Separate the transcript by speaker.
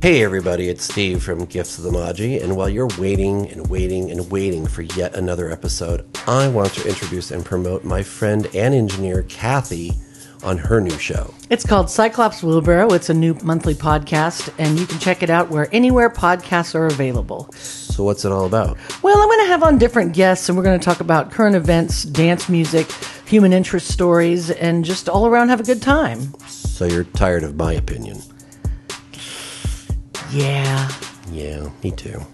Speaker 1: Hey everybody, it's Steve from Gifts of the Magi, and while you're waiting and waiting and waiting for yet another episode, I want to introduce and promote my friend and engineer Kathy on her new show.
Speaker 2: It's called Cyclops Wheelbarrow. It's a new monthly podcast, and you can check it out where anywhere podcasts are available.
Speaker 1: So what's it all about?
Speaker 2: Well, I'm going to have on different guests, and we're going to talk about current events, dance music, human interest stories, and just all around have a good time.
Speaker 1: So you're tired of my opinion.
Speaker 2: Yeah.
Speaker 1: Yeah, me too.